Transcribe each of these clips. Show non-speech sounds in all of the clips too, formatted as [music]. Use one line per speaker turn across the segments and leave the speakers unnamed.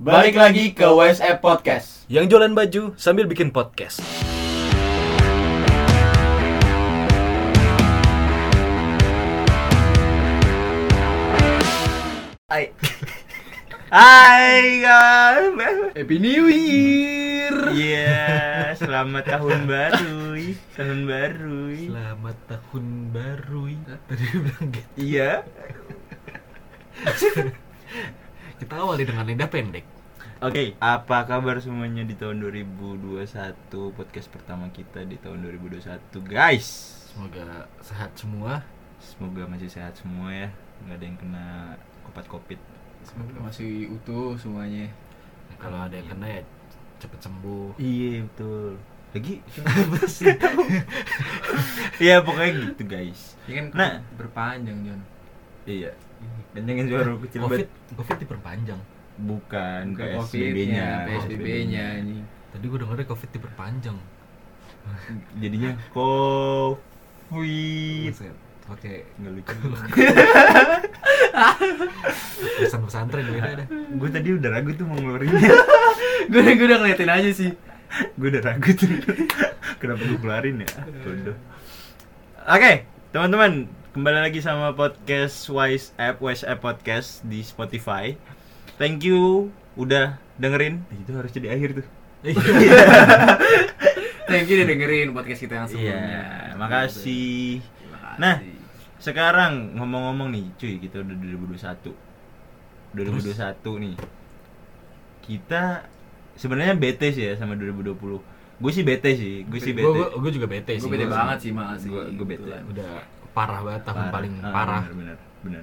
Balik lagi ke WSF Podcast.
yang jualan baju sambil bikin podcast.
Hai.
Hai guys.
Happy New Year.
Iya, selamat tahun baru. ih. Tahun baru. ih.
Selamat tahun baru. ya. Tadi dia bilang gitu.
Iya.
Kita awali dengan lidah pendek.
Oke, apa kabar semuanya di tahun 2021? Podcast pertama kita di tahun 2021, guys.
Semoga sehat semua.
Semoga masih sehat semua ya. nggak ada yang kena kopat kopit.
Semoga masih utuh semuanya.
Nah, Kalau ada yang kena ya cepet sembuh.
Iya, betul. Lagi apa sih? Iya, pokoknya gitu, guys.
Ini kan
Nah.
berpanjang John.
Iya. Kencengin suara kecil
Covid,
banget.
Covid diperpanjang.
Bukan
Bukan
PSBB-nya.
PSBB-nya ini. [laughs]
Tadi gue dengernya Covid diperpanjang.
Jadinya Covid.
Buset, Pakai
Nggak lucu.
pesan pesantren beda dah.
gue Iya. tadi udah ragu tuh mau [laughs] ngeluarinnya
gue gue udah ngeliatin aja sih.
gue udah ragu tuh kenapa gue keluarin ya bodoh oke teman-teman kembali lagi sama podcast Wise App Wise App Podcast di Spotify thank you udah dengerin itu harusnya di akhir tuh Iya.
Thank you udah dengerin podcast kita yang sebelumnya.
iya makasih
Terima kasih.
Nah. sekarang ngomong-ngomong nih cuy kita udah 2021 2021 nih kita sebenarnya bete sih ya sama 2020 gue sih bete sih gue Iya sih bete
Gue gue juga Iya. bete sih.
gue bete
gua-
banget sih makasih. Gitu kan.
gua- gua bete.
Kebetulan.
Udah parah banget tahun
Parah.
paling
Ah,
parah.
bener, bener bener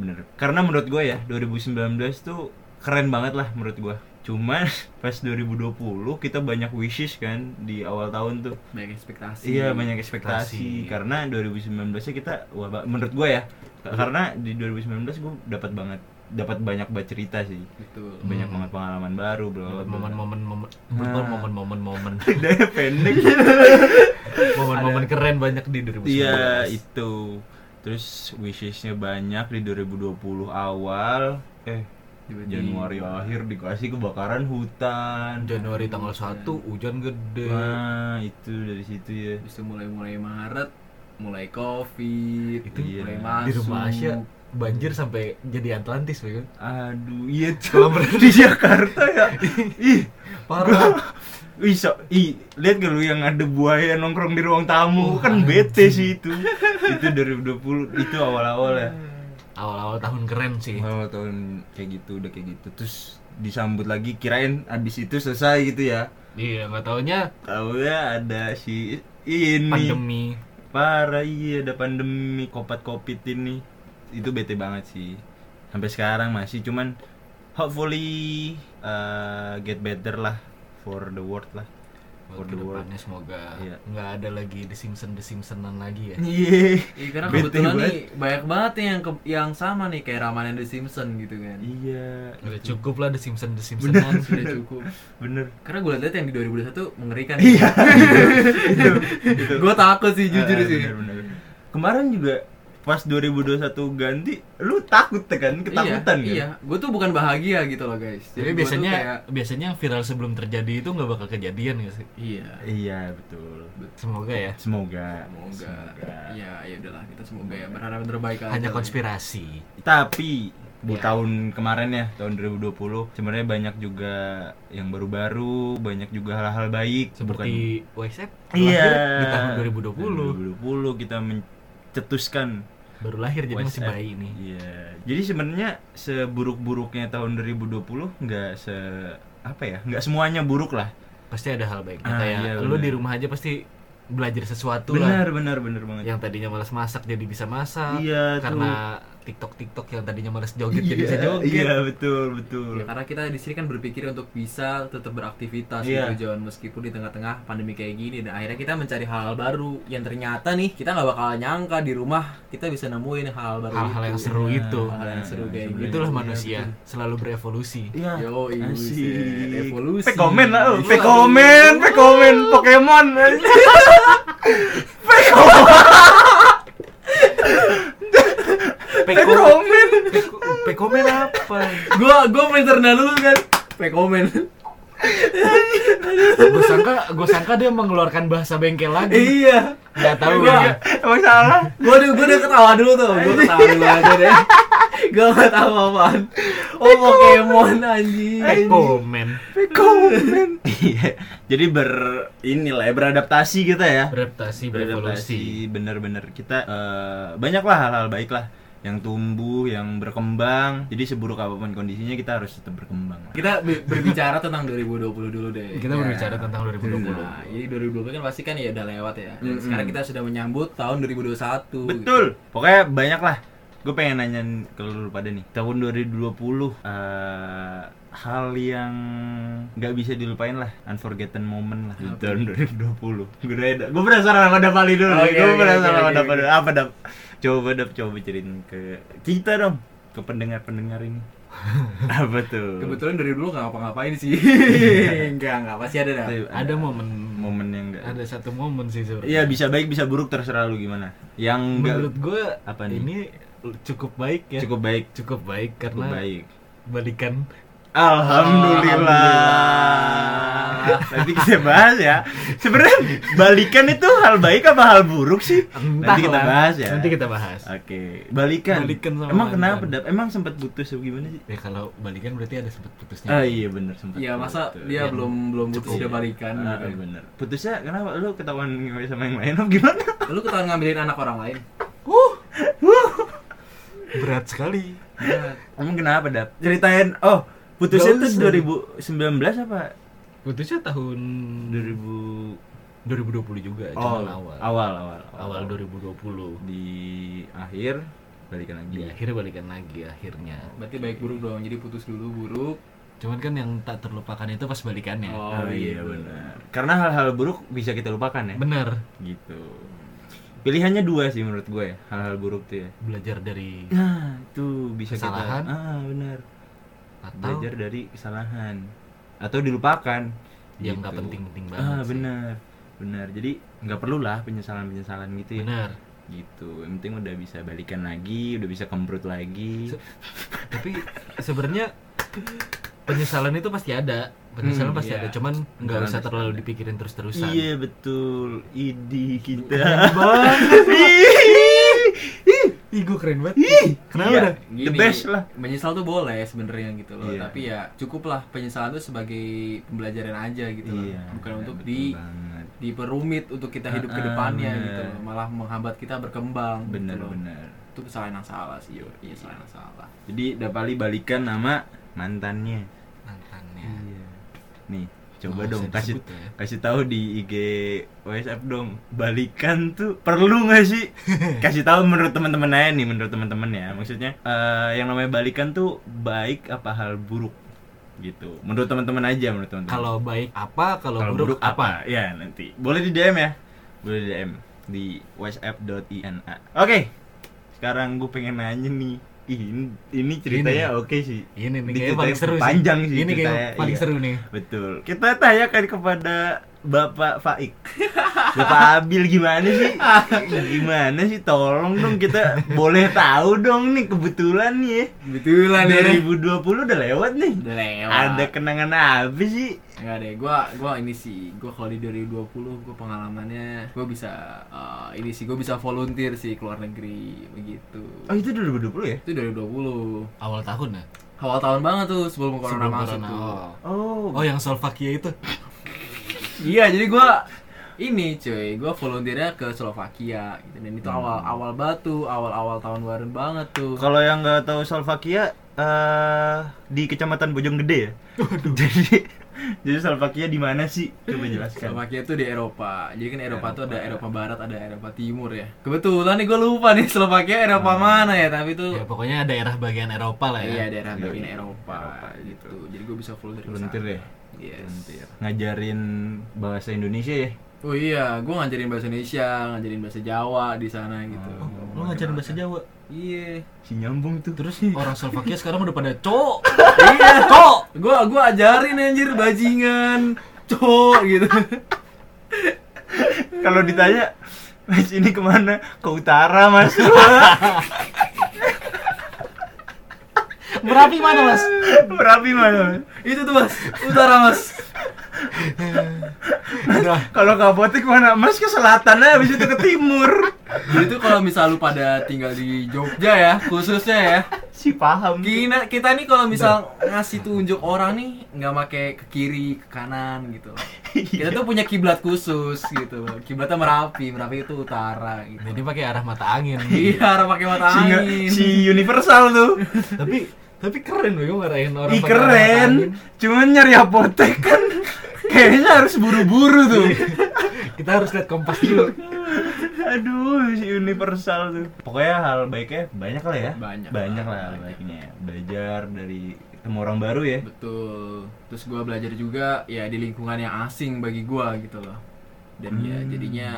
bener karena menurut gue ya 2019 tuh keren banget lah menurut gue cuman [laughs] pas 2020 kita banyak wishes kan di awal tahun tuh
Banyak ekspektasi.
iya banyak ekspektasi
Ekspektasi.
karena 2019 nya kita wah ba- menurut gue ya karena di 2019 gue dapat banget dapat banyak banget cerita sih
Betul.
banyak
Hmm.
banget pengalaman baru bro [laughs]
Momen-momen momen
Nah.
momen-momen
[laughs]
momen
dari pendek [laughs]
momen-momen keren banyak di 2019.
Iya itu Terus wishesnya banyak di 2020 awal Eh
Tiba-tiba.
Januari akhir dikasih kebakaran hutan
Januari tanggal 1 hujan gede.
Nah itu dari situ ya
Habis itu mulai-mulai Maret, mulai Covid,
Itu
mulai
iya.
masuk.
Di rumah Asia banjir sampai jadi Atlantis ya kan.
Aduh iya tuh
Kolam renang.
di Jakarta
[laughs]
ya Ih
Parah.
Ih, so, ih, lihat gak lu yang ada buaya nongkrong di ruang tamu kan bete sih itu itu 2020 itu awal-awal ya
Awal-awal tahun keren sih.
awal tahun kayak gitu udah kayak gitu terus disambut lagi kirain abis itu selesai gitu ya
Iya, nggak taunya
Tahunya ada si ini
pandemi.
parah iya ada pandemi kopat kopit ini itu bete banget sih sampai sekarang masih cuman hopefully uh, get better lah for the world lah for
Buat
the world
kedepannya semoga
Iya.
nggak ada lagi di Simpson di Simpsonan lagi ya.
iya
Iya karena
Bete
kebetulan
banget.
nih banyak banget nih yang ke- yang sama nih kayak ramalan The Simpsons gitu kan.
iya
Udah cukup lah di Simpson di Simpsonan.
Sudah cukup.
bener
Karena gue lihat yang di 2021 mengerikan. [laughs]
iya itu, itu.
gue takut sih jujur
Eh,
sih.
bener, bener. kemarin juga pas 2021 ganti lu takut kan ketakutan
iya,
kan
Iya, gue tuh bukan bahagia gitu loh guys.
Jadi
gua tuh
biasanya
kayak,
biasanya yang viral sebelum terjadi itu nggak bakal kejadian ya sih.
iya.
iya betul
Semoga ya.
semoga
Semoga. Iya, ya udahlah kita semoga ya berharap yang terbaik aja.
Hanya
lah ya.
konspirasi.
Tapi di
Iya.
Ya.
tahun kemarin ya, tahun 2020 sebenarnya banyak juga yang baru-baru, banyak juga hal-hal baik
Seperti WhatsApp
bukan, iya
di tahun 2020
2020 kita mencetuskan
baru lahir jadi masih
WhatsApp.
bayi nih.
Iya. Jadi sebenarnya seburuk-buruknya tahun 2020 nggak se apa ya? nggak semuanya buruk lah.
pasti ada hal baiknya
Ah,
kayak
iya,
lu
bener.
di rumah aja pasti belajar sesuatu lah
Benar, benar, benar banget.
yang tadinya malas masak jadi bisa masak
Iya,
karena tiktok tiktok yang tadinya malas joget
Iya,
jadi bisa joget
Iya, betul, betul.
Ya, karena kita di sini kan berpikir untuk bisa tetap beraktivitas
Iya.
gitu John meskipun di tengah-tengah pandemi kayak gini dan akhirnya kita mencari hal-hal baru yang ternyata nih kita nggak bakal nyangka di rumah kita bisa nemuin hal-hal baru
hal-hal yang
itu.
seru
Nah,
itu
hal yang seru kayak
sebenarnya.
gitu.
itulah
Iya,
manusia selalu berevolusi
Iya.
Yo,
Asik.
evolusi.
Pe komen lah, oh. lu. pe
Wah,
komen, pe
wah.
komen [laughs] Pokemon. Pe komen, pe
peko
komen.
peko- pekomen apa
Gua gua internal dulu kan. rekomen
gue sangka gue sangka dia mengeluarkan bahasa bengkel lagi
iya
nggak tahu
Enggak.
gua.
Emang salah?
gue udah gue udah ketawa dulu tuh gue ketawa dulu aja deh gue nggak tahu apaan oh Pokemon
Iya,
anjing
Eh, komen
Komen. Iya. Jadi ber inilah ya, beradaptasi kita ya.
beradaptasi berevolusi
Beradaptasi bener-bener kita eh, banyak lah hal-hal baik lah yang tumbuh, yang berkembang. Jadi seburuk apapun kondisinya kita harus tetap berkembang.
kita be- berbicara tentang 2020 dulu deh Ya.
kita
Iya.
berbicara tentang 2020
Nah, jadi 2020 kan pasti kan ya udah lewat ya. Dan Sekarang kita sudah menyambut tahun 2021.
Betul. Pokoknya banyak lah. Gue pengen nanya ke lu dulu pada nih. Tahun 2020 eh, hal yang nggak bisa dilupain lah, unforgotten moment lah di tahun 2020. Gue ada. Gue penasaran sama Dapali dulu.
Oke,
gue
oke,
penasaran
oke,
sama
oke,
Dapa
oke.
dulu. Apa Dap? Coba Dap, coba ceritain ke kita dong, ke pendengar-pendengar
[laughs]
ini. Apa tuh?
Kebetulan dari dulu nggak ngapa-ngapain
[laughs]
sih. Enggak, enggak pasti ada dah.
Tuh,
ada momen
momen yang nggak.
ada satu momen
Iya
sih sebenarnya
bisa baik bisa buruk terserah lu gimana. Yang nggak
menurut gue
Apa nih?
ini cukup baik ya
cukup baik,
cukup baik
cukup
karena
baik.
balikan
Alhamdulillah. Nanti kita bahas ya. Sebenarnya balikan itu hal baik apa hal buruk sih? Nanti kita
Entahlah.
bahas ya.
nanti kita bahas
Oke, balikan.
Balikan sama
Emang
mantan.
kenapa? Dap? Emang sempat putus atau gimana sih?
ya kalau balikan berarti ada sempat putusnya
Ah iya bener sempat.
Iya, masa
putus.
dia
Iya.
belum belum putus
Cukup.
udah balikan
Ah, iya
gitu.
bener. Putusnya kenapa? Lu ketahuan ngewe sama yang lain apa
[laughs]
gimana?
Lu ketahuan ngambilin anak orang lain.
berat
[laughs]
sekali
Emang kenapa, Dap? Ceritain. Oh, putusnya
Gak
tuh
usah.
2019 apa?
putusnya tahun
2000
2020 juga
Oh,
cuman awal
awal awal.
awal 2020
di akhir balikan lagi.
di akhir balikan lagi akhirnya
Berarti baik buruk dong. Jadi putus dulu buruk.
cuman kan yang tak terlupakan itu pas balikannya Ah,
Oh.
Oh, iya
gitu.
benar. Karena hal-hal buruk bisa kita lupakan ya.
bener
Gitu. Pilihannya dua sih menurut gue ya, hal-hal buruk tuh ya.
belajar
[laughs]
dari
Nah, itu bisa
Kesalahan?
kita ah benar.
atau
Belajar dari kesalahan atau dilupakan
yang nggak
Gitu.
penting-penting banget
Ah,
sih.
benar. Benar. Jadi nggak perlulah penyesalan-penyesalan gitu ya.
bener
Gitu. Yang penting udah bisa balikan lagi, udah bisa kembrut lagi.
Se- tapi sebenarnya penyesalan itu pasti ada penyesalan
Hmm,
pasti
iya.
ada cuman nggak
Penyesalan
usah
pasti
terlalu
ada.
dipikirin terus-terusan
Iya betul. Idi kita.
banget
Ih.
ih gue keren banget kenapa
Iya,
dah?
The best lah.
Menyesal tuh boleh sebenarnya gitu loh,
Iya.
tapi ya cukuplah penyesalan tuh sebagai pembelajaran aja gitu loh. Bukan untuk
Iya, betul
di
banget.
diperumit untuk kita hidup ke
Ah,
depannya
bener.
gitu loh. Malah menghambat kita berkembang. gitu
bener
loh.
bener.
itu kesalahan yang salah sih yo iya kesalahan yang salah
Jadi Dapali balikan nama mantannya.
mantannya
Iya. Nih, coba
Nggak
dong
usah
kasih
disebut ya.
kasih tahu di IG WhatsApp dong. Balikan tuh perlu nggak
[laughs]
sih? kasih tahu menurut teman-teman aja nih, menurut teman-teman ya. Maksudnya eh, yang namanya balikan tuh baik apa hal buruk gitu. Menurut teman-teman aja, menurut teman-teman.
kalau baik apa kalau
Kalau
buruk, apa
Ya nanti. Boleh di DM ya. Boleh di DM di whatsapp.ina. Oke. Sekarang gue pengen nanya nih. Ih, ini, ini ceritanya oke sih.
ini
Ini
nih kayaknya
ceritanya
paling seru sih.
panjang sih
ini kayaknya
ceritanya,
paling
iya.
seru nih
Betul. Kita tanyakan kepada Bapak Faik. Bapak Abil gimana sih? Gimana sih? Tolong dong kita boleh tahu dong nih kebetulan nih ya.
kebetulan
2020 udah lewat nih.
udah lewat
Ada kenangan apa sih?
enggak deh gua gua ini sih gua kalau di 2020 gua pengalamannya gua bisa eh, ini sih gua bisa volunteer sih ke luar negeri begitu
Oh, itu 2020 ya?
itu 2020
awal tahun ya
awal tahun banget tuh sebelum corona
Sebelum
masuk
corona,
tuh
oh.
Oh,
Oh yang Slovakia itu
iya jadi gua ini cuy gua volunteernya ke Slovakia gitu. dan itu awal awal batu awal awal tahun baru banget tuh
Kalau yang nggak tahu Slovakia eh di kecamatan Bojonggede ya. [laughs] jadi jadi Slovakia di mana sih? Coba
Kan.
jelaskan.
Slovakia itu di Eropa. Jadi kan Eropa, tuh ada
Eropa.
ya.
Eropa Barat, ada Eropa Timur ya. Kebetulan nih gue lupa nih [laughs] Slovakia Eropa mana ya, tapi itu
ya pokoknya daerah bagian Eropa lah Hmm. ya.
iya daerah
Iya,
bagian
iya.
Eropa,
Eropa
gitu. Jadi gue bisa full dari
Volunteer
sana.
ya?
Yes.
Bentar. Ngajarin bahasa Indonesia ya.
Oh iya, gue ngajarin bahasa Indonesia, ngajarin bahasa Jawa di sana gitu.
Oh, lu ngajarin bahasa Jawa.
Iya.
Si nyambung tuh.
Terus orang Slovakia sekarang udah pada cok. Iya, cok.
Gue gua ajarin anjir bajingan, cowok
[laughs]
gitu.
[laughs] Kalau ditanya Mas ini kemana? Ke utara mas
Merapi mana mas?
Merapi mana?
Itu tuh mas, utara mas.
Udah.
Kalau ke apotek mana? Mas ke selatan aja, habis itu ke timur.
Jadi tuh kalau misal lu pada tinggal di Jogja ya, khususnya ya.
Si [laughs] paham.
Kita, kita nih kalau misal ngasih tunjuk orang nih nggak make ke kiri, ke kanan gitu. Kita tuh punya kiblat khusus gitu. Kiblatnya Merapi, Merapi itu utara gitu.
Jadi pakai arah mata angin.
Iya, harus pakai mata
Si,
angin.
si universal tuh.
tapi tapi keren loh ngarahin orang
Ih
pakai arah mata angin.
keren. Cuman nyari apotek kan kayaknya harus buru-buru tuh.
Kita harus lihat kompas dulu.
[laughs] Aduh, si universal tuh. Pokoknya hal baiknya banyak lah ya.
Banyak.
Banyak lah hal
Banyak.
baiknya. Belajar dari ketemu orang baru ya.
Betul. Terus gua belajar juga ya di lingkungan yang asing bagi gua gitu loh. Dan ya
Hmm.
jadinya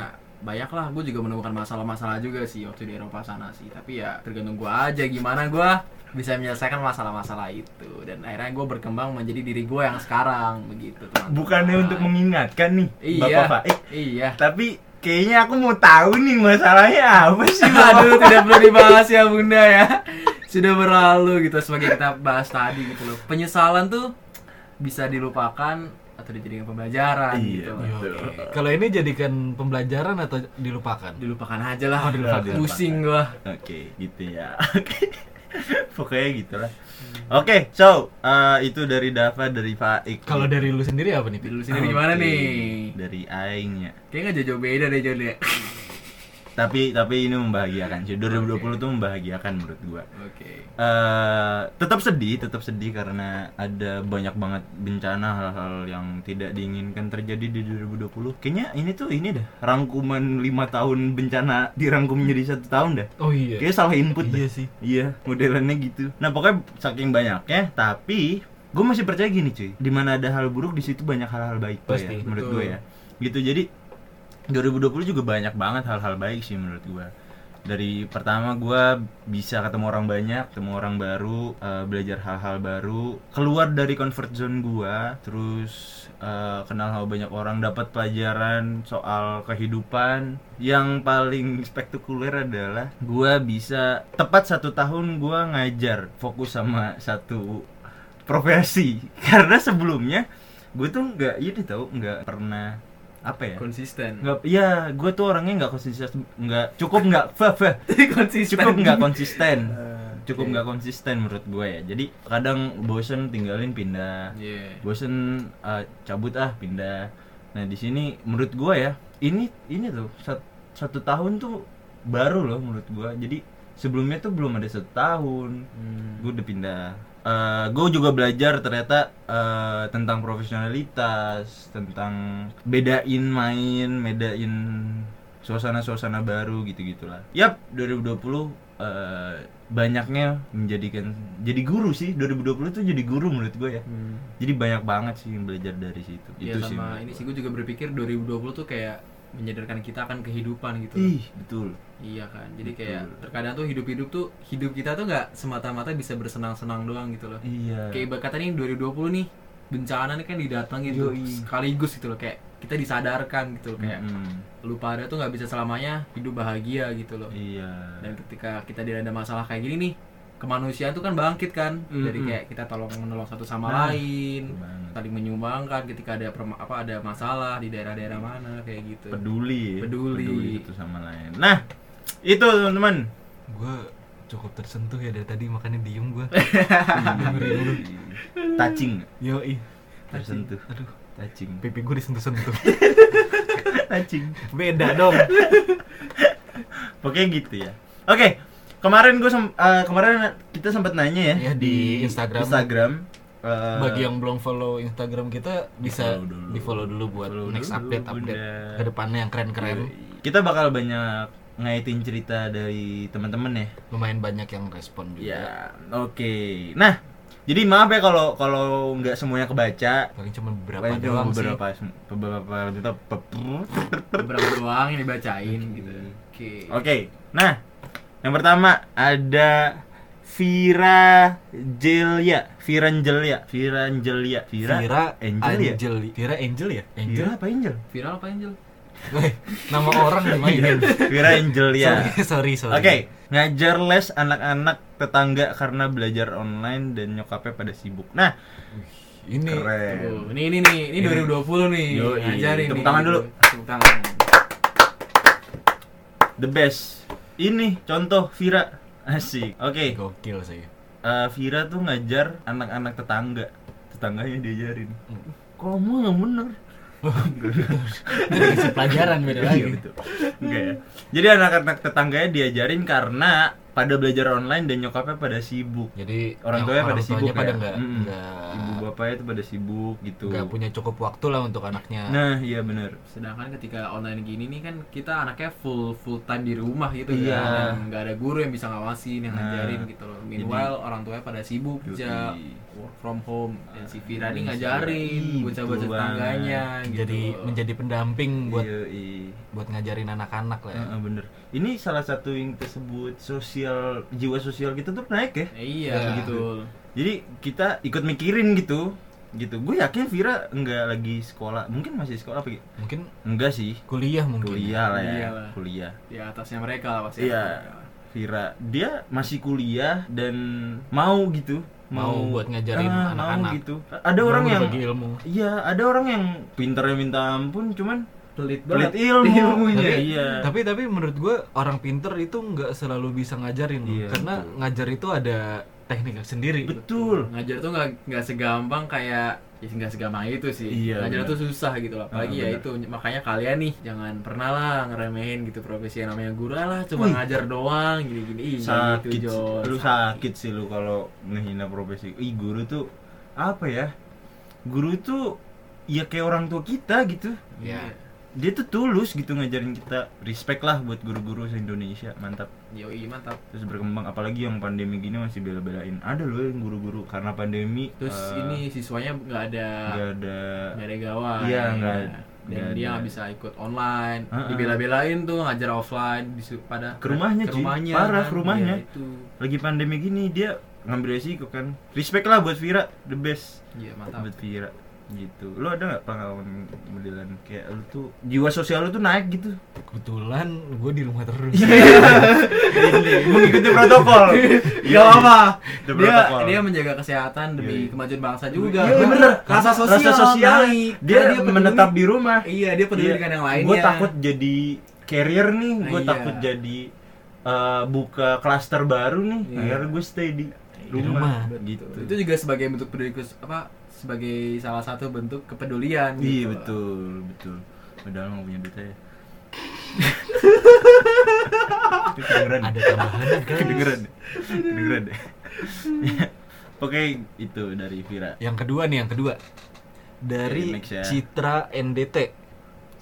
banyak lah gue juga menemukan masalah-masalah juga sih waktu di Eropa sana sih tapi ya tergantung gua aja gimana gua bisa menyelesaikan masalah-masalah itu dan akhirnya gue berkembang menjadi diri gua yang sekarang begitu teman
Bukannya untuk mengingatkan nih
iya
Bapak Faik,
iya
tapi kayaknya aku mau tahu nih masalahnya apa sih. Bapak?
[laughs] Aduh, tidak perlu dibahas ya bunda ya. Sudah berlalu gitu sebagai kita bahas tadi gitu loh. Penyesalan tuh bisa dilupakan atau dijadikan pembelajaran
Iya,
gitu. loh.
Iya, oke. Kalau ini jadikan pembelajaran atau dilupakan?
Dilupakan aja lah.
Iya,
Oh, dilupakan.
Pusing gua.
Oke, gitu ya. Oke. [laughs] Pokoknya gitulah. Oke, so eh, itu dari Dava dari Faik.
Kalau dari lu sendiri apa nih? Pi?
Dulu sendiri gimana
Oke,
nih?
Dari ya. aingnya.
Kayaknya nggak jauh beda deh Jon ya.
Tapi tapi ini membahagiakan sih. 2020 tuh membahagiakan menurut gua.
Oke.
eh tetap sedih, tetap sedih karena ada banyak banget bencana hal-hal yang tidak diinginkan terjadi di 2020. Kayaknya ini tuh ini dah rangkuman lima tahun bencana dirangkum jadi satu tahun dah.
Oh iya.
Kayaknya salah input dah.
Iya sih.
Iya, modelannya gitu. Nah, pokoknya saking banyaknya, tapi gue masih percaya gini cuy. Di mana ada hal buruk di situ banyak hal-hal baik Pak,
Pasti,
ya, menurut
betul.
gue ya. Gitu. Jadi 2020 juga banyak banget hal-hal baik sih menurut gue. Dari pertama gue bisa ketemu orang banyak, ketemu orang baru, eh, belajar hal-hal baru, keluar dari comfort zone gue, terus eh, kenal sama banyak orang, dapat pelajaran soal kehidupan. Yang paling spektakuler adalah gue bisa tepat satu tahun gue ngajar fokus sama satu profesi [laughs] karena sebelumnya gue tuh nggak ini tau nggak pernah apa ya
Konsisten. [laughs]
nggak ya gue tuh orangnya nggak konsisten nggak cukup nggak [laughs] feh, feh.
Konsisten.
cukup nggak konsisten cukup nggak konsisten menurut gue ya jadi kadang bosen tinggalin pindah
Iya.
bosen eh, cabut ah pindah nah di sini menurut gue ya ini ini tuh sat- satu tahun tuh baru loh menurut gue jadi sebelumnya tuh belum ada satu tahun
Hmm.
gue udah pindah gue juga belajar ternyata eh, tentang profesionalitas tentang bedain main bedain suasana-suasana baru gitu gitulah yap 2020 eh, banyaknya menjadikan jadi guru sih 2020 tuh jadi guru menurut gue ya
Hmm.
jadi banyak banget sih yang belajar dari situ
Iya
itu sih
sama
menurut
ini
gua.
sih gue juga berpikir 2020 tuh kayak menyadarkan kita akan kehidupan gitu. loh.
ih betul
Iya kan, jadi
Betul.
kayak terkadang tuh hidup-hidup tuh hidup kita tuh nggak semata-mata bisa bersenang-senang doang gitu loh.
iya
Kayak ibarat kata nih 2020 nih bencana nih kan didatangin gitu
Yoi.
sekaligus gitu loh kayak kita disadarkan gitu loh kayak
Mm-mm.
lu pada tuh nggak bisa selamanya hidup bahagia gitu loh.
iya
Dan ketika kita dilanda masalah kayak gini nih kemanusiaan tuh kan bangkit kan dari
Mm-mm.
kayak kita tolong menolong satu sama
Nah,
lain
betul banget.
saling menyumbangkan ketika ada perma- apa ada masalah di daerah-daerah mana kayak gitu.
Iya. peduli ya.
Peduli.
satu sama lain nah itu teman-teman
Gue cukup tersentuh ya dari tadi makanya diem gue.
touching
Yo ih.
tersentuh
Aduh,
touching
pipi gue disentuh-sentuh. [laughs]
touching
Beda dong.
Eh. pokoknya gitu ya oke kemarin gue kemarin kita sempat nanya ya
Iya, di Instagram.
Instagram Eh,
Bagi yang belum follow Instagram kita bisa
Di-follow dulu.
di follow dulu buat
Follow
next
dulu,
update update
Bunda.
ke depannya yang keren-keren.
kita bakal banyak ngaitin cerita dari teman-teman ya
Lumayan banyak yang respon juga.
Ya, oke. Nah, jadi maaf ya kalau kalau nggak semuanya kebaca.
Paling cuma beberapa
Paling cuma
doang sih.
beberapa beberapa beberapa- beberapa-
beberapa doang yang dibacain gitu. Oke.
Oke. Nah, yang pertama ada Vira Jelia, Viranjelia, Viranjelia, Vira
Vira
Angel ya? Iya.
Angel. Vira Angel ya? Angel.
Vira apa Angel?
Viral apa Angel?
[laughs] Weh, nama orang dimainin.
Wira Angel ya.
sorry, sorry, sorry.
Iya. Oke, ngajar les anak-anak tetangga karena belajar online dan nyokapnya pada sibuk. Nah,
Ini
Tuh, ini ini nih, ini 2020 nih.
Eh. Yoi.
Ngajarin
Tepuk
nih.
tangan dulu.
Tepuk tangan.
The best. Ini contoh Vira. Asik. Oke,
gokil sih.
eh, Vira tuh ngajar anak-anak tetangga. Tetangganya diajarin. Kamu nggak bener.
Ini pelajaran beda
Iya,
lagi.
betul. Enggak ya. Jadi anak-anak tetangganya diajarin karena pada belajar online dan nyokapnya pada sibuk.
Jadi
Orang
yang
tuanya pada sibuk
tuanya pada
ya?
enggak
Mm-mm. Ibu bapaknya tuh pada sibuk gitu.
Ah. punya cukup waktu lah untuk anaknya.
Nah, iya bener.
Sedangkan ketika online gini nih kan kita anaknya full full time di rumah gitu
Iya.
kan. Yang nggak ada guru yang bisa ngawasin, yang
Nah.
ngajarin gitu loh. Meanwhile orang tuanya pada sibuk
Yoi.
kerja work from home dan si Vira nih
Ini si Vira. Ih,
ngajarin bocah-bocah
betul banget.
tetangganya gitu.
jadi menjadi pendamping buat
Iya, iya.
buat ngajarin anak-anak lah ya.
Heeh, bener. Ini salah satu yang tersebut sosial jiwa sosial kita tuh naik ya.
Eh, iya
Ya.
betul.
Jadi kita ikut mikirin gitu, gitu. Gue yakin Vira nggak lagi sekolah, mungkin masih sekolah apa gitu?
Mungkin
Enggak sih,
kuliah mungkin.
kuliah lah ya,
Kuliah lah.
kuliah.
Di atasnya mereka lah pasti.
Iya. Vira, dia masih kuliah dan mau gitu,
Mau buat ngajarin
Ah, mau
anak-anak.
gitu. Ada orang yang
bagi ilmu.
Iya, ada orang yang pinternya minta ampun, cuman
Pelit banget.
pelit ilmunya.
Tapi,
iya.
tapi tapi menurut gue orang pinter itu nggak selalu bisa ngajarin loh.
Iya,
karena
betul.
ngajar itu ada teknik sendiri.
Betul.
Ngajar tuh nggak nggak segampang kayak ya nggak segampang itu sih.
Iya,
Ngajar
benar.
tuh susah gitu loh. Apalagi
Ah,
ya
benar.
itu makanya kalian nih jangan pernah lah ngeremehin gitu profesi yang namanya guru "Ah lah cuma
Wih.
ngajar doang gini-gini. Ih,
Iya,
nggak
sakit
gitu, Jon.
sih. lu sakit sih lu kalau ngehina profesi ih guru tuh apa ya guru tuh ya kayak orang tua kita gitu
Iya.
Ya.
dia tuh tulus gitu ngajarin kita respect lah buat guru-guru se Indonesia mantap
Yoi, iya, mantap.
terus berkembang apalagi yang pandemi gini masih bela-belain ada loh yang guru-guru karena pandemi
Terus
eh,
ini siswanya nggak ada
nggak ada
nggak ada gawai.
Iya, nggak-
Dan
nggak
dia
ada.
nggak bisa ikut online.
Ah, ah.
Dibela-belain tuh ngajar offline disuruh pada
Ke rumahnya,
ke
Ji.
rumahnya,
Parah, ke
Iya,
rumahnya.
itu.
lagi pandemi gini dia ngambil resiko kan respect lah buat Vira the best
Iya, mantap.
buat Vira gitu lo ada nggak pengalaman modelan kayak lu tuh jiwa sosial lu tuh naik gitu
Kebetulan gue di rumah terus.
Iya. [laughs] mengikuti protokol Iya.
Gak Iya. apa-apa.
Itu
Dia
protokol.
dia menjaga kesehatan demi
Iya.
kemajuan bangsa juga.
Iya, bener.
Rasa sosial, naik.
dia,
Karena peduli-
menetap di rumah
Iya, dia peduli dengan yang lainnya.
gue takut jadi carrier nih gue
Iya.
takut jadi eh, buka klaster baru nih
Iya.
akhirnya gue stay di
Di
rumah,
rumah.
gitu
Itu juga sebagai bentuk peduli kes- apa sebagai salah satu bentuk kepedulian. gitu.
iya betul betul padahal nggak punya duit ya Itu kedengeran
ada tambahan guys.
kedengeran kedengeran [laughs] Ya. oke itu dari Vira
Yang kedua nih, yang kedua.
Dari
Dari
Max ya.
Citra NDT.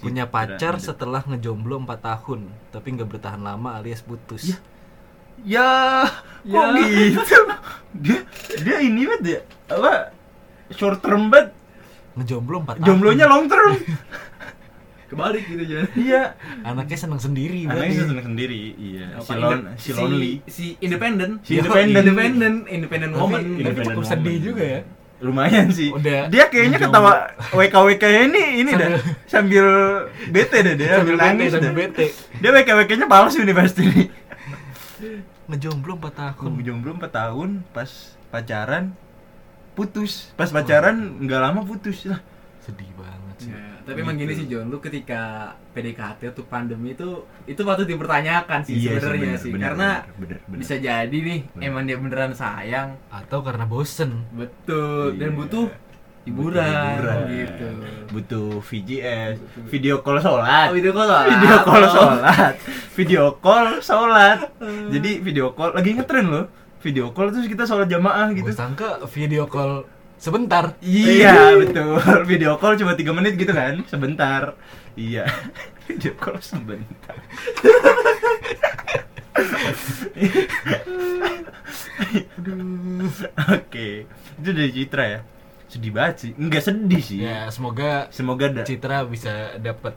Punya
Citra
pacar
NDT.
setelah ngejomblo 4 tahun, tapi nggak bertahan lama alias
Iya.
putus.
ya kok
Ya.
gitu dia dia ini banget ya apa short term banget
Ngejomblo 4 tahun.
jomblonya long term
[laughs] Kebalik gitu Jon.
iya
Anaknya seneng sendiri
anaknya
berarti.
seneng sendiri iya
Apa,
si, lon-
inde-
si lonely
Si, independen.
Si independent.
independen, independent
Tapi-
woman.
tapi cukup sedih juga ya.
lumayan sih
Udah
dia kayaknya
dijomblo.
ketawa WK WK ini ini dah sambil bete dah dia sambil
bete,
nangis
sambil
dah.
bete.
dia WK WK nya palsu nih pasti nih
Ngejomblo 4
aku
tahun.
jomblo 4 tahun pas pacaran putus pas pacaran nggak lama putus lah
Sedih banget sih.
Ya, tapi emang
Gitu.
gini sih John, lu ketika PDKT tuh pandemi itu itu patut dipertanyakan sih
Iya sih,
sebenarnya
bener,
sih,
bener,
karena
bener, bener, bener.
bisa jadi nih
Bener.
emang dia beneran sayang,
Atau karena bosen.
betul dan
Iya.
butuh hiburan,
Butuh hiburan.
gitu.
butuh VGS
Butuh.
video call sholat
Oh, video call lah.
video call
Oh.
sholat video call sholat
Hmm.
jadi video call lagi ngetren loh video call terus kita sholat jamaah gitu
Gue sangka video call sebentar.
[laughs]
iya betul video call cuma tiga menit gitu kan sebentar iya [laughs] video call sebentar Oke, itu dari Citra ya. Sedih banget sih. Enggak sedih sih.
Ya, semoga
Semoga ada.
Citra bisa dapet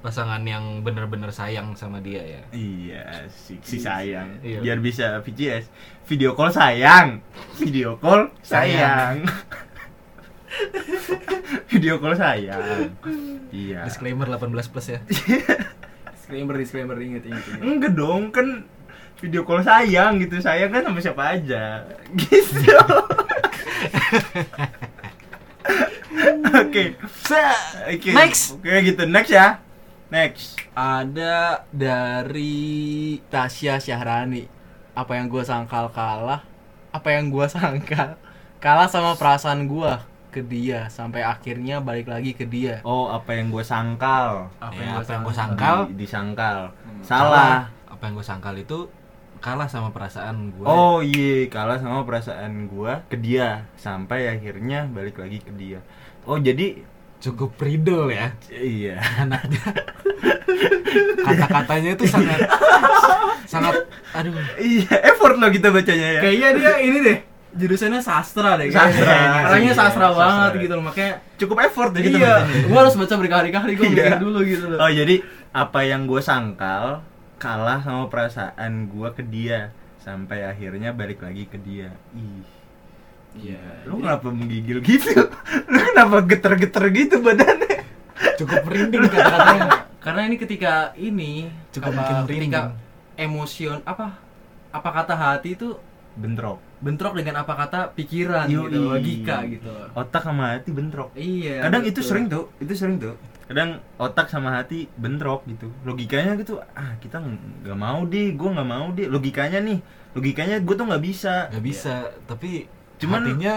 pasangan yang bener-bener sayang sama dia ya.
Iya, si, si sayang.
Iya.
Biar bisa VCS. Video call sayang. Video call sayang. [laughs] video call sayang. Iya.
Disclaimer 18 plus
[laughs]
ya.
disclaimer disclaimer inget inget, inget.
Enggak dong, kan video call sayang gitu. Sayang kan sama siapa aja. [laughs] Gitu. Oke. Oke.
Next.
Oke gitu. Next ya. Next.
ada dari Tasya Syahrani apa yang gua sangkal kalah apa yang gua [laughs] sangkal kalah sama perasaan gua ke dia sampai akhirnya balik lagi ke dia
Oh, apa yang gue sangkal? Ya,
Apa
Eh,
yang gua
apa yang gue
sangkal.
sangkal?
Di, disangkal.
Hmm.
Salah.
Apa yang gue sangkal itu kalah sama perasaan gue.
Oh iya, kalah sama perasaan gua ke dia sampai akhirnya balik lagi ke dia. Oh, jadi
Cukup riddle ya.
iya. [laughs]
Anaknya. Kata-katanya itu
[laughs]
sangat sangat aduh.
Iya, effort lo kita bacanya ya.
kayaknya dia ini deh jurusannya sastra deh kayaknya.
Sastra.
orangnya
Iya,
sastra
sastra.
banget gitu loh makanya
Cukup effort ya kita
iya
bacanya.
gua harus baca berkali-kali gua
Iya.
mikir dulu gitu loh
Oh, jadi apa yang gua sangkal kalah sama perasaan gua ke dia sampai akhirnya balik lagi ke dia. Ih.
iya
Lu [laughs] kenapa menggigil gitu? Lu kenapa geter-geter gitu badannya?
Cukup merinding kata-katanya.
karena ini ketika ini
Cukup
apa,
bikin
ketika
merinding.
emosion apa apa kata hati itu
Bentrok.
bentrok dengan apa kata pikiran
Yoi.
gitu logika gitu
Otak sama hati bentrok.
iya
kadang itu
betul.
sering tuh itu sering tuh kadang otak sama hati bentrok gitu logikanya gitu ah kita ng- nggak mau deh gue nggak mau deh logikanya nih logikanya gue tuh nggak bisa
Gak bisa, tapi
cuman hatinya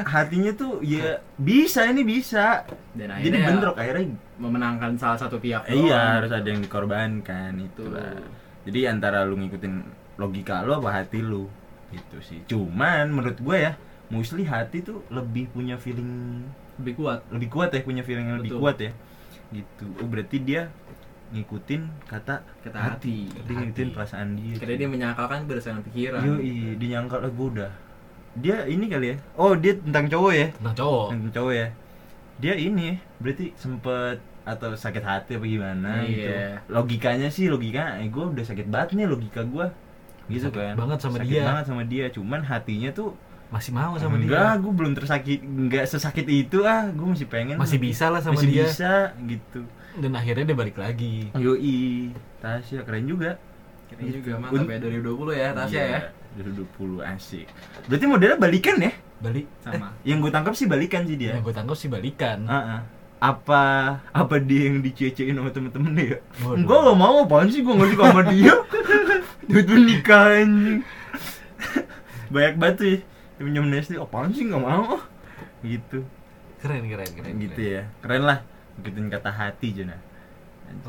hatinya
hatinya
tuh ya bisa ini bisa
dan akhirnya
jadi bentrok akhirnya
memenangkan salah satu pihak
eh, iya
doang.
harus ada yang dikorbankan itu
Betul.
lah. jadi antara lu ngikutin logika lu apa hati lu gitu sih cuman menurut gue ya mostly hati tuh lebih punya feeling
lebih kuat
lebih kuat ya punya feeling yang lebih
Betul.
kuat ya gitu oh berarti dia ngikutin kata
Kata hati.
dia ngikutin
Hati.
perasaan dia
karena dia menyakalkan berdasarkan pikiran
Gitu. Yoi, dia nyangka lah gue udah dia ini kali ya oh dia tentang cowok ya
tentang
Oh.
cowok.
tentang cowok ya dia ini berarti sempet atau sakit hati apa gimana gitu
Iya.
logikanya sih logika eh gue udah sakit banget nih logika gue gitu
Sakit
kan
banget sama
Sakit
dia.
banget sama dia cuman hatinya tuh
Masih mau sama
enggak gue belum tersakit enggak sesakit itu ah gue masih pengen
Masih bisa lah sama
masih
dia.
bisa gitu
dia. Dan akhirnya dia balik lagi.
Yoi, Tasya keren juga.
Keren juga mantap ya 2020 ya Tasya ya
Iya, 2020 asik. Berarti modelnya balikan ya?
Balik.
sama
Yang gue tangkap sih balikan sih
Ya.
dia.
gue tangkap sih balikan.
Iya. Ah, ah. Apa apa dia yang dicecein sama temen-temen dia?
Waduh.
Gue gak mau apaan sih gue gak suka sama dia. Tiba-tiba nikah anjing. Banyak banget tuh ya. Yang Minjem Nestle, apaan sih gak mau. Gitu.
Keren keren keren.
Gitu
keren.
ya. Keren lah. Ngikutin kata hati Jona.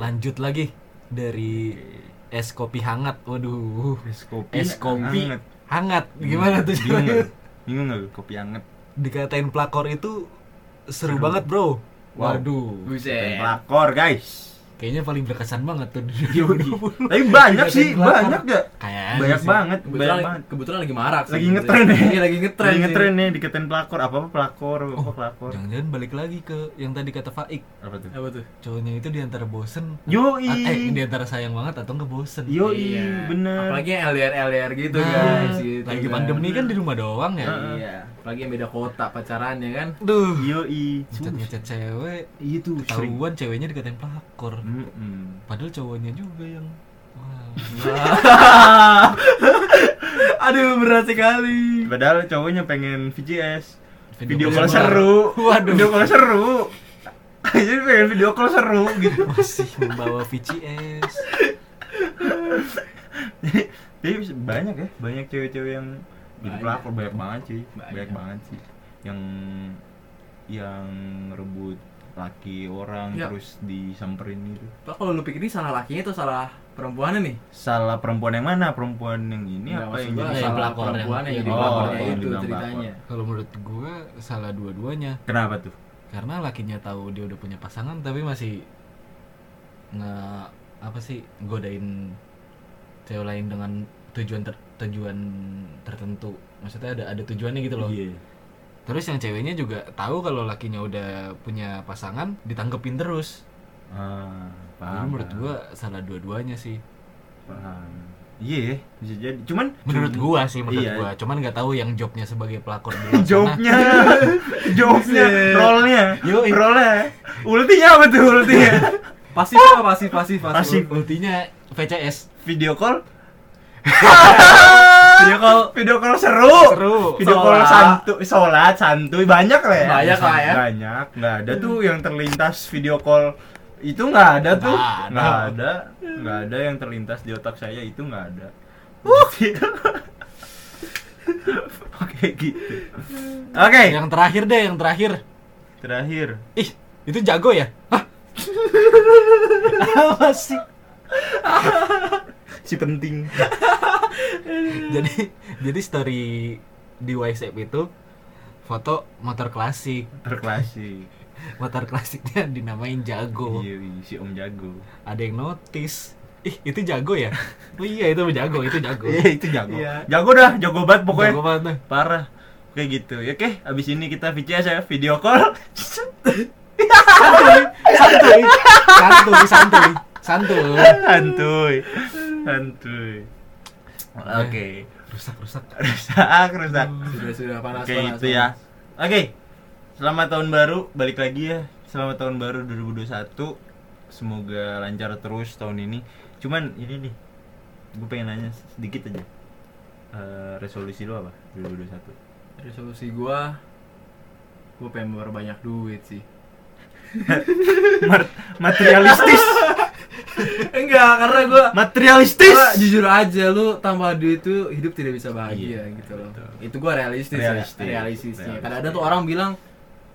Lanjut lagi dari es kopi hangat. Waduh.
Es kopi.
Es kopi
anget.
hangat.
Hmm.
Gimana tuh
Bingung.
caranya?
Bingung gak lu kopi anget?
Dikatain pelakor itu seru banget, Bro.
Wow.
Waduh.
[laughs] buset
Pelakor guys.
Kayaknya paling berkesan banget tuh. di
Yoi.
2020.
[laughs] Tapi banyak
Dikatain
sih,
pelakor.
banyak gak?
[laughs] Kayaknya
Iya, Banyak
sih.
banget,
kebetulan,
banyak banget.
kebetulan lagi marak sih
Lagi ngetren ya?
iya lagi ngetren
Lagi
sih.
ngetren nih dikatain pelakor, apa apa pelakor, apa apa
Oh,
pelakor.
Jangan-jangan balik lagi ke yang tadi kata Faik.
Apa tuh?
apa tuh
Cowoknya itu diantara bosen
Yoi.
at- eh, diantara sayang banget atau nggak bosen
Yoi,
Iya.
bener.
apalagi yang LDR LDR gitu
Nah,
guys gitu
lagi
kan.
pandemi kan di rumah doang ya
Heeh. Iya.
iya apalagi yang beda kota pacarannya kan
duh
Yoi.
ngecat ngecat cewek
Iya tuh sering.
ketahuan ceweknya dikatain pelakor
Mm-mm.
padahal cowoknya juga yang
[laughs]
wah
[laughs] aduh berat sekali
Padahal cowoknya pengen VCS. Video, call
call.
seru.
Waduh.
Video call seru. [laughs] Jadi pengen video call seru
[laughs]
gitu.
masih membawa VCS
Jadi banyak ya, banyak cewek-cewek yang
Banyak.
jadi pelakor banyak banget sih,
Banyak.
banyak, banget sih yang yang rebut laki orang
Ya.
terus disamperin gitu.
Pak kalau lu pikir ini salah lakinya atau salah perempuannya nih?
Salah perempuan yang mana? Perempuan yang ini
Nggak,
apa
maksud
yang
gua
jadi
yang
salah
salah?
pelakor yang-
perempuannya yang
yang
di
pelakor.
pelakornya
Oh, yang
itu
dibilang
ceritanya.
kalau menurut gua salah dua-duanya
Kenapa tuh?
karena lakinya tahu dia udah punya pasangan tapi masih nge apa sih godain cewek lain dengan tujuan ter- tujuan tertentu maksudnya ada ada tujuannya gitu loh
Iya.
terus yang ceweknya juga tahu kalau lakinya udah punya pasangan ditanggepin terus
Ah,
Jadi
paham.
menurut
paham,
gua salah dua-duanya sih
paham. Iya, ya, bisa jadi. Cuman
menurut gua sih menurut
Iya.
gua cuman nggak tahu yang
[laughs]
jobnya sebagai pelakor di luar sana
jobnya jobnya
Buset.
rollnya
Yoi.
rollnya Ultinya apa tuh ultinya?
Pasif lah, pasif, pasif, pasif.
Pasif.
ultinya VCS
Video call. video call [laughs] video call seru
seru
video call
Sholat.
santuy sholat santuy banyak lah ya
Banyak lah ya.
banyak nggak ada tuh yang terlintas video call itu nggak ada tuh
Nggak ada.
nggak ada nggak ada yang terlintas di otak saya itu nggak ada uh gitu [laughs] oke gitu oke
yang terakhir deh yang terakhir
terakhir
ih itu jago ya Hah?
[laughs] apa sih si penting
jadi jadi story di WhatsApp itu foto motor klasik
terklasik
motor klasiknya dinamain jago
iya iya, si om jago
ada yang notice ih itu jago ya oh iya itu jago itu jago
iya itu jago
Iya.
jago dah jago banget pokoknya
jago banget tuh.
parah kayak gitu ya oke abis ini kita VCS ya video call
santuy santuy santuy
[laughs]
santuy
santuy santuy oke
rusak rusak
rusak rusak
Sudah, sudah, panas,
oke
panas.
itu ya oke selamat tahun baru balik lagi ya selamat tahun baru 2021 semoga lancar terus tahun ini cuman ini nih gue pengen nanya sedikit aja Eh, resolusi lo apa
[laughs]
2021
Resolusi gua gua pengen berbanyak duit sih.
Mar- materialistis
[laughs] Enggak, karena gua
materialistis
Gua jujur aja lu tanpa duit tuh hidup tidak bisa bahagia gitu loh.
Iya, betul.
Itu gua realistis,
Realistis.
ya, realistisnya.
Realistis. Hmm.
Kadang-kadang tuh orang bilang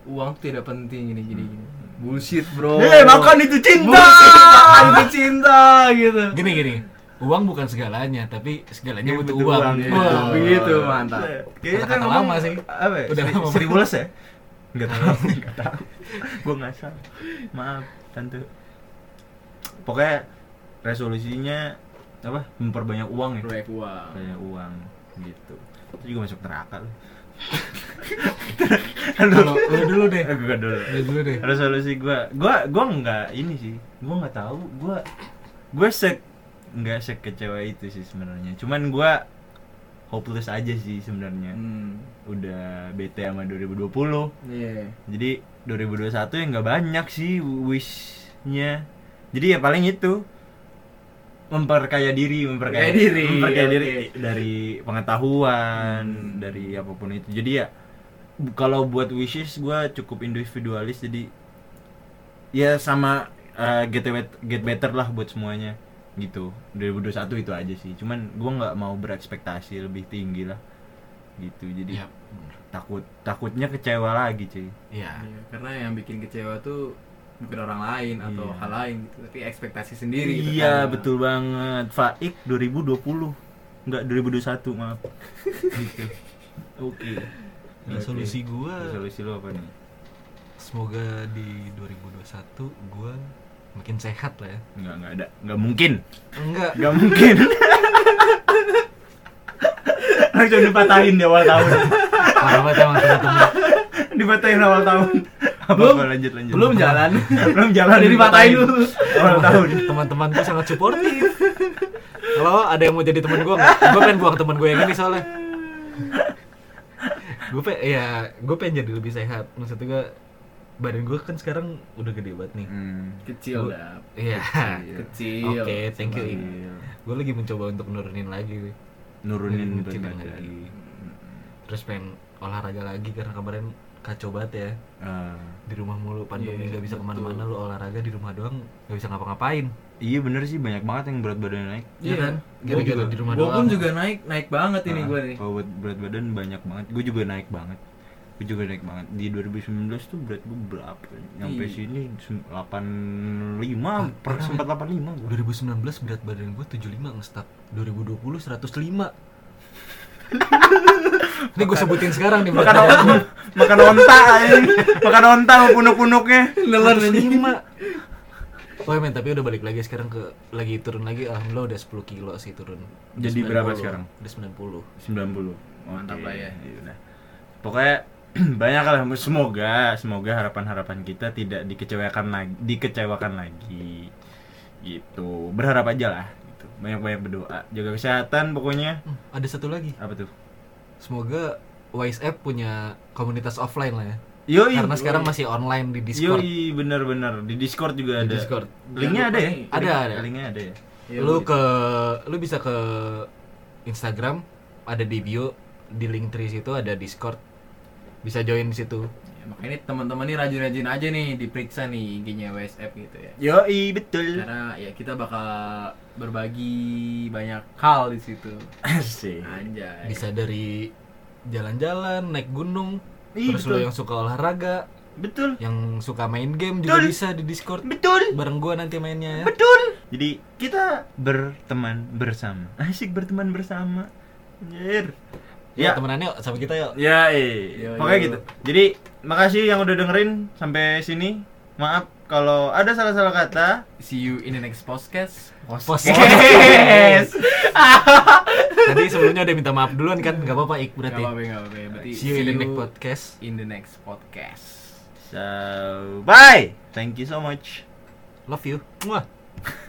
uang tuh tidak penting gini gini. gini. Bullshit, Bro.
Eh, makan itu cinta.
Bullshit, makan itu cinta gitu.
gini gini uang bukan segalanya tapi segalanya
Iya,
butuh, uang,
iya.
Gitu.
Wah,
Wah.
begitu, mantap.
Kayaknya
Kata-kata
ngomong
lama sih.
Apa? ya?
Udah
Seri-
lama
seribu les ya? Enggak [laughs] tahu, enggak tahu. Gua enggak tahu. Maaf, tante. Pokoknya resolusinya apa? Memperbanyak uang ya.
Proyek uang.
Banyak uang gitu. Itu juga masuk neraka lu. [laughs] Aduh.
Kalau lu dulu deh
Eh, gua dulu.
lu dulu deh
Resolusi gua, gua gua enggak ini sih. Gua enggak tahu, gua gua sek enggak sekecewa itu sih sebenarnya. Cuman gua hopeless aja sih sebenarnya
Hmm.
udah bete sama 2020
Iya.
jadi 2021 ya nggak banyak sih wishnya jadi ya paling itu memperkaya diri
Memperkaya
memperkaya
diri,
memperkaya
oke.
diri dari pengetahuan
Hmm.
dari apapun itu jadi ya bu- kalau buat wishes gua cukup individualis jadi ya sama uh, get, bet- get better lah buat semuanya gitu 2021 itu aja sih cuman gua nggak mau berekspektasi lebih tinggi lah gitu jadi
Iya,
takut takutnya kecewa lagi cuy
iya
Iya, Karena yang bikin kecewa tuh bukan orang lain atau
Iya.
hal lain gitu, tapi ekspektasi sendiri gitu.
iya
kan.
betul banget Faik 2020 enggak 2021 maaf gitu oke
resolusi gua
resolusi lu apa nih
semoga di 2021 gua makin sehat lah ya
enggak enggak ada enggak mungkin
enggak
enggak mungkin langsung dipatahin di awal tahun
parah banget emang teman-teman
dipatahin awal tahun apa
Belum-
apa, lanjut lanjut
Belum jalan.
[laughs] belum jalan Oh.
Udah dipatahin dulu.
awal tahun
teman-temanku sangat suportif kalau ada yang mau jadi teman gue nggak gue pengen buang teman gue yang ini soalnya gue pengen ya gue pengen jadi lebih sehat maksud gue badan gue kan sekarang udah gede banget nih
hmm.
Kecil dah.
iya
Kecil.
oke thank you
Iya.
gue lagi mencoba untuk nurunin lagi
nurunin berat
Nurunin
badan.
lagi. terus pengen olahraga lagi karena kemarin kacau banget ya
Ah.
di rumah mulu pandemi
Iya,
nggak bisa
betul.
kemana-mana lu olahraga di rumah doang nggak bisa ngapa-ngapain
iya bener sih banyak banget yang berat badan naik
Iya kan?
Gue
Gara-gara
juga
di rumah
Gue
doang. Nah.
pun juga naik naik banget ini
Ah,
gue nih.
Kalau buat berat badan banyak banget. Gue juga naik banget. Gue juga naik banget. Di 2019 tuh berat gue berapa? ya? Nyampe
Ih.
sini sem- 85, per
parah.
sempat 85 gue.
2019 berat badan gue 75 ngestak 2020 105 Ini gue sebutin sekarang nih berat
[laughs] Makan
badan
on- makan onta anjing. Makan onta sama punuk-punuknya.
Nelan ini.
105 Oh men, tapi udah balik lagi sekarang ke lagi turun lagi alhamdulillah udah 10 kilo sih turun. Udah
Jadi berapa
90,
sekarang?
Udah 90.
90.
Mantap
Oke,
lah ya.
iya udah. Pokoknya [clears throat] banyak lah semoga semoga harapan-harapan kita tidak dikecewakan lagi dikecewakan lagi gitu berharap aja lah gitu. banyak-banyak berdoa jaga kesehatan pokoknya
Hmm, ada satu lagi.
apa tuh
Semoga Wise App punya komunitas offline lah ya.
Yoi.
Karena sekarang masih online di Discord.
Yoi, bener-bener. Di Discord juga
Di
ada.
Discord.
Jangan
Linknya
lupa
ada ya?
nih.
Ada, ada.
Linknya ada ya?
Ya,
lu
udah.
ke lu bisa ke Instagram ada di bio di link tree situ ada Discord bisa join di situ
Ya, makanya nih teman-teman nih rajin-rajin aja nih diperiksa nih IG-nya WSF gitu ya.
Yoi, betul.
Karena ya kita bakal berbagi banyak hal di situ.
Asik.
Anjay.
bisa dari jalan-jalan naik gunung
Iya,
terus lu
betul.
yang suka olahraga
Betul.
yang suka main game juga
Betul.
bisa di Discord
Betul.
bareng gua nanti mainnya ya
Betul. Jadi kita berteman bersama. Asik berteman bersama. Anjir.
ya
Ya.
temenannya yuk, sama kita yuk
Ya, eh.
Yo,
Pokoknya
yo.
gitu. Jadi makasih yang udah dengerin sampai sini. Maaf kalau ada salah-salah kata.
See you in the next podcast. [laughs]
Podcast.
tadi sebelumnya udah minta maaf duluan kan nggak apa-apa ik
Gak
berarti
apa-apa, gak apa-apa. Berarti
see you in the next podcast
in the next podcast.
So, bye. Thank you so much.
love you Mwah.